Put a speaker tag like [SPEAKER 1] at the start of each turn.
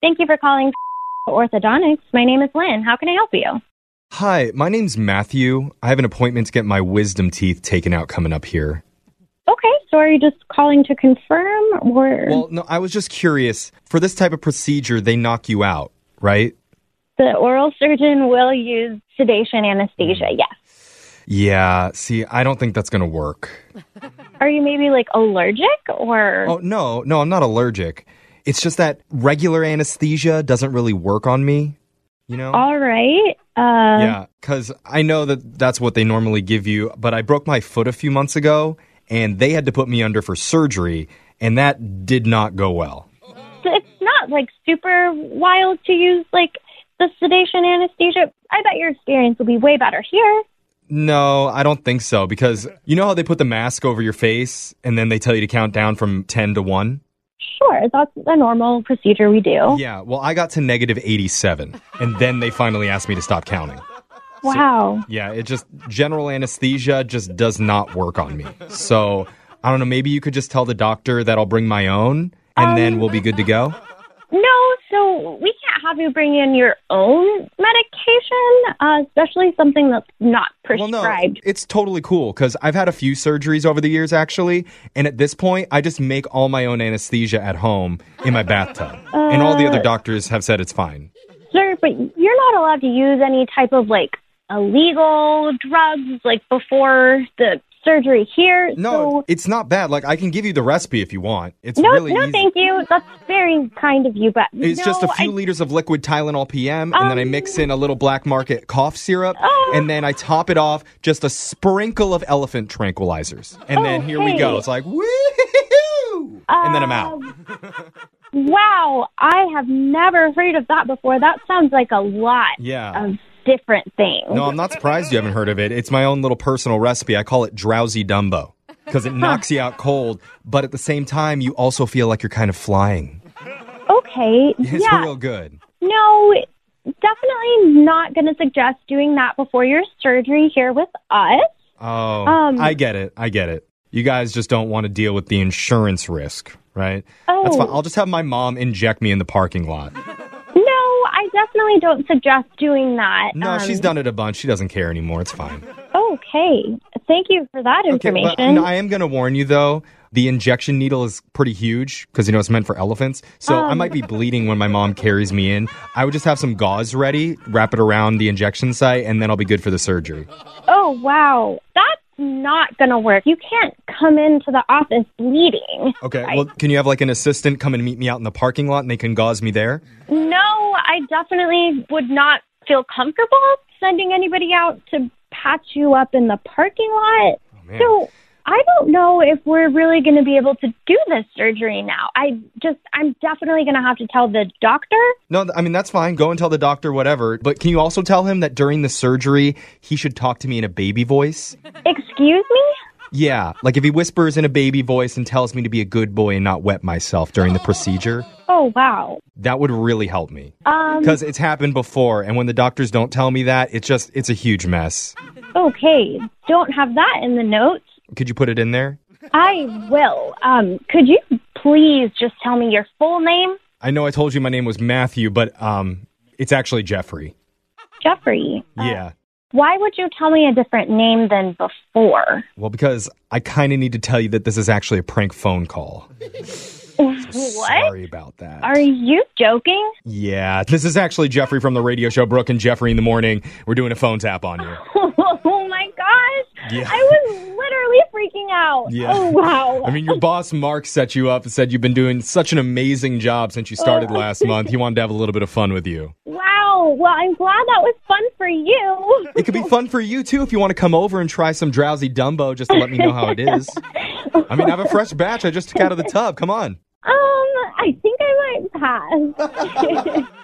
[SPEAKER 1] Thank you for calling Orthodontics. My name is Lynn. How can I help you?
[SPEAKER 2] Hi, my name's Matthew. I have an appointment to get my wisdom teeth taken out coming up here.
[SPEAKER 1] Okay, so are you just calling to confirm or
[SPEAKER 2] Well, no, I was just curious. For this type of procedure, they knock you out, right?
[SPEAKER 1] the oral surgeon will use sedation anesthesia?
[SPEAKER 2] Mm-hmm.
[SPEAKER 1] Yes.
[SPEAKER 2] Yeah, see, I don't think that's going to work.
[SPEAKER 1] Are you maybe like allergic or
[SPEAKER 2] Oh, no, no, I'm not allergic. It's just that regular anesthesia doesn't really work on me, you know?
[SPEAKER 1] all right? Uh,
[SPEAKER 2] Yeah, because I know that that's what they normally give you, but I broke my foot a few months ago and they had to put me under for surgery, and that did not go well.
[SPEAKER 1] It's not like super wild to use like the sedation anesthesia. I bet your experience will be way better here.
[SPEAKER 2] No, I don't think so because you know how they put the mask over your face and then they tell you to count down from 10 to 1?
[SPEAKER 1] Sure, that's a normal procedure we do.
[SPEAKER 2] Yeah, well, I got to negative 87 and then they finally asked me to stop counting.
[SPEAKER 1] wow.
[SPEAKER 2] Yeah, it just general anesthesia just does not work on me. So, I don't know, maybe you could just tell the doctor that I'll bring my own and then we'll be good to go.
[SPEAKER 1] No, so we can't have you bring in your own medication, uh, especially something that's not prescribed.
[SPEAKER 2] it's totally cool because I've had a few surgeries over the years actually, and at this point, I just make all my own anesthesia at home in my bathtub, and all the other doctors have said it's fine.
[SPEAKER 1] Sir, but you're not allowed to use any type of like illegal drugs like before the surgery here.
[SPEAKER 2] No, it's not bad. Like I can give you the recipe if you want. It's
[SPEAKER 1] so, no,
[SPEAKER 2] really
[SPEAKER 1] no,
[SPEAKER 2] easy.
[SPEAKER 1] thank you. That's very kind of you, but
[SPEAKER 2] It's
[SPEAKER 1] no,
[SPEAKER 2] just a few
[SPEAKER 1] I, Um,
[SPEAKER 2] liters of liquid Tylenol PM, and then I mix in a little black market cough syrup,
[SPEAKER 1] Oh.
[SPEAKER 2] and then I top it off just a sprinkle of elephant tranquilizers, and then here we
[SPEAKER 1] Okay.
[SPEAKER 2] go.
[SPEAKER 1] Um,
[SPEAKER 2] It's like woo, and then I'm out.
[SPEAKER 1] uh, wow, I have never heard of that before. That sounds like a lot
[SPEAKER 2] Yeah.
[SPEAKER 1] of different things.
[SPEAKER 2] No, I'm not surprised you haven't heard of it. It's my own little personal recipe. I call it drowsy Dumbo because it knocks you out cold, but at the same time, you also feel like you're kind of flying.
[SPEAKER 1] Okay,
[SPEAKER 2] It's
[SPEAKER 1] yeah,
[SPEAKER 2] real good.
[SPEAKER 1] no, definitely not going to suggest doing that before your surgery here with us.
[SPEAKER 2] Oh,
[SPEAKER 1] Um,
[SPEAKER 2] I get it. I get it. You guys just don't want to deal with the insurance risk, right? That's fine.
[SPEAKER 1] Oh.
[SPEAKER 2] I'll just have my mom inject me in the parking lot.
[SPEAKER 1] No, I definitely don't suggest doing that.
[SPEAKER 2] No,
[SPEAKER 1] Um,
[SPEAKER 2] she's done it a bunch. She doesn't care anymore. It's fine.
[SPEAKER 1] Okay. Thank you for that
[SPEAKER 2] Okay,
[SPEAKER 1] information.
[SPEAKER 2] but no, I am going to warn you though. The injection needle is pretty huge because you know it's meant for elephants. So
[SPEAKER 1] Um.
[SPEAKER 2] I might be bleeding when my mom carries me in. I would just have some gauze ready, wrap it around the injection site, and then I'll be good for the surgery.
[SPEAKER 1] oh, wow. That's not going to work. You can't come into the office bleeding.
[SPEAKER 2] Okay. Well, can you have like an assistant come and meet me out in the parking lot and they can gauze me there?
[SPEAKER 1] No, I definitely would not feel comfortable sending anybody out to patch you up in the parking lot.
[SPEAKER 2] man.
[SPEAKER 1] so I don't know if we're really going to be able to do this surgery now. I just, I'm definitely going to have to tell the doctor.
[SPEAKER 2] No, th- I mean that's fine. Go and tell the doctor whatever. But can you also tell him that during the surgery he should talk to me in a baby voice?
[SPEAKER 1] Excuse me?
[SPEAKER 2] Yeah, like if he whispers in a baby voice and tells me to be a good boy and not wet myself during the procedure.
[SPEAKER 1] Oh, wow.
[SPEAKER 2] That would really help me.
[SPEAKER 1] Um,
[SPEAKER 2] Because it's happened before, and when the doctors don't tell me that, it's just, it's a huge mess.
[SPEAKER 1] Okay, don't have that in the notes.
[SPEAKER 2] Could you put it in there?
[SPEAKER 1] I will. Um, could you please just tell me your full name?
[SPEAKER 2] I know I told you my name was Matthew, but um, it's actually Jeffrey.
[SPEAKER 1] Jeffrey. Uh,
[SPEAKER 2] yeah.
[SPEAKER 1] Why would you tell me a different name than before?
[SPEAKER 2] Well, because I kind of need to tell you that this is actually a prank phone call.
[SPEAKER 1] What?
[SPEAKER 2] Sorry about that.
[SPEAKER 1] Are you joking?
[SPEAKER 2] yeah, this is actually Jeffrey from the radio show Brooke and Jeffrey in the Morning. We're doing a phone tap on you.
[SPEAKER 1] oh my gosh.
[SPEAKER 2] Yeah.
[SPEAKER 1] I was literally freaking out.
[SPEAKER 2] Yeah.
[SPEAKER 1] Oh wow.
[SPEAKER 2] I mean, your boss Mark set you up and said you've been doing such an amazing job since you started last month. He wanted to have a little bit of fun with you.
[SPEAKER 1] wow. Well, I'm glad that was fun for you.
[SPEAKER 2] It could be fun for you too if you want to come over and try some drowsy Dumbo just to let me know how it is. I mean, I have a fresh batch I just took out of the tub. Come on.
[SPEAKER 1] Um, I think I might pass.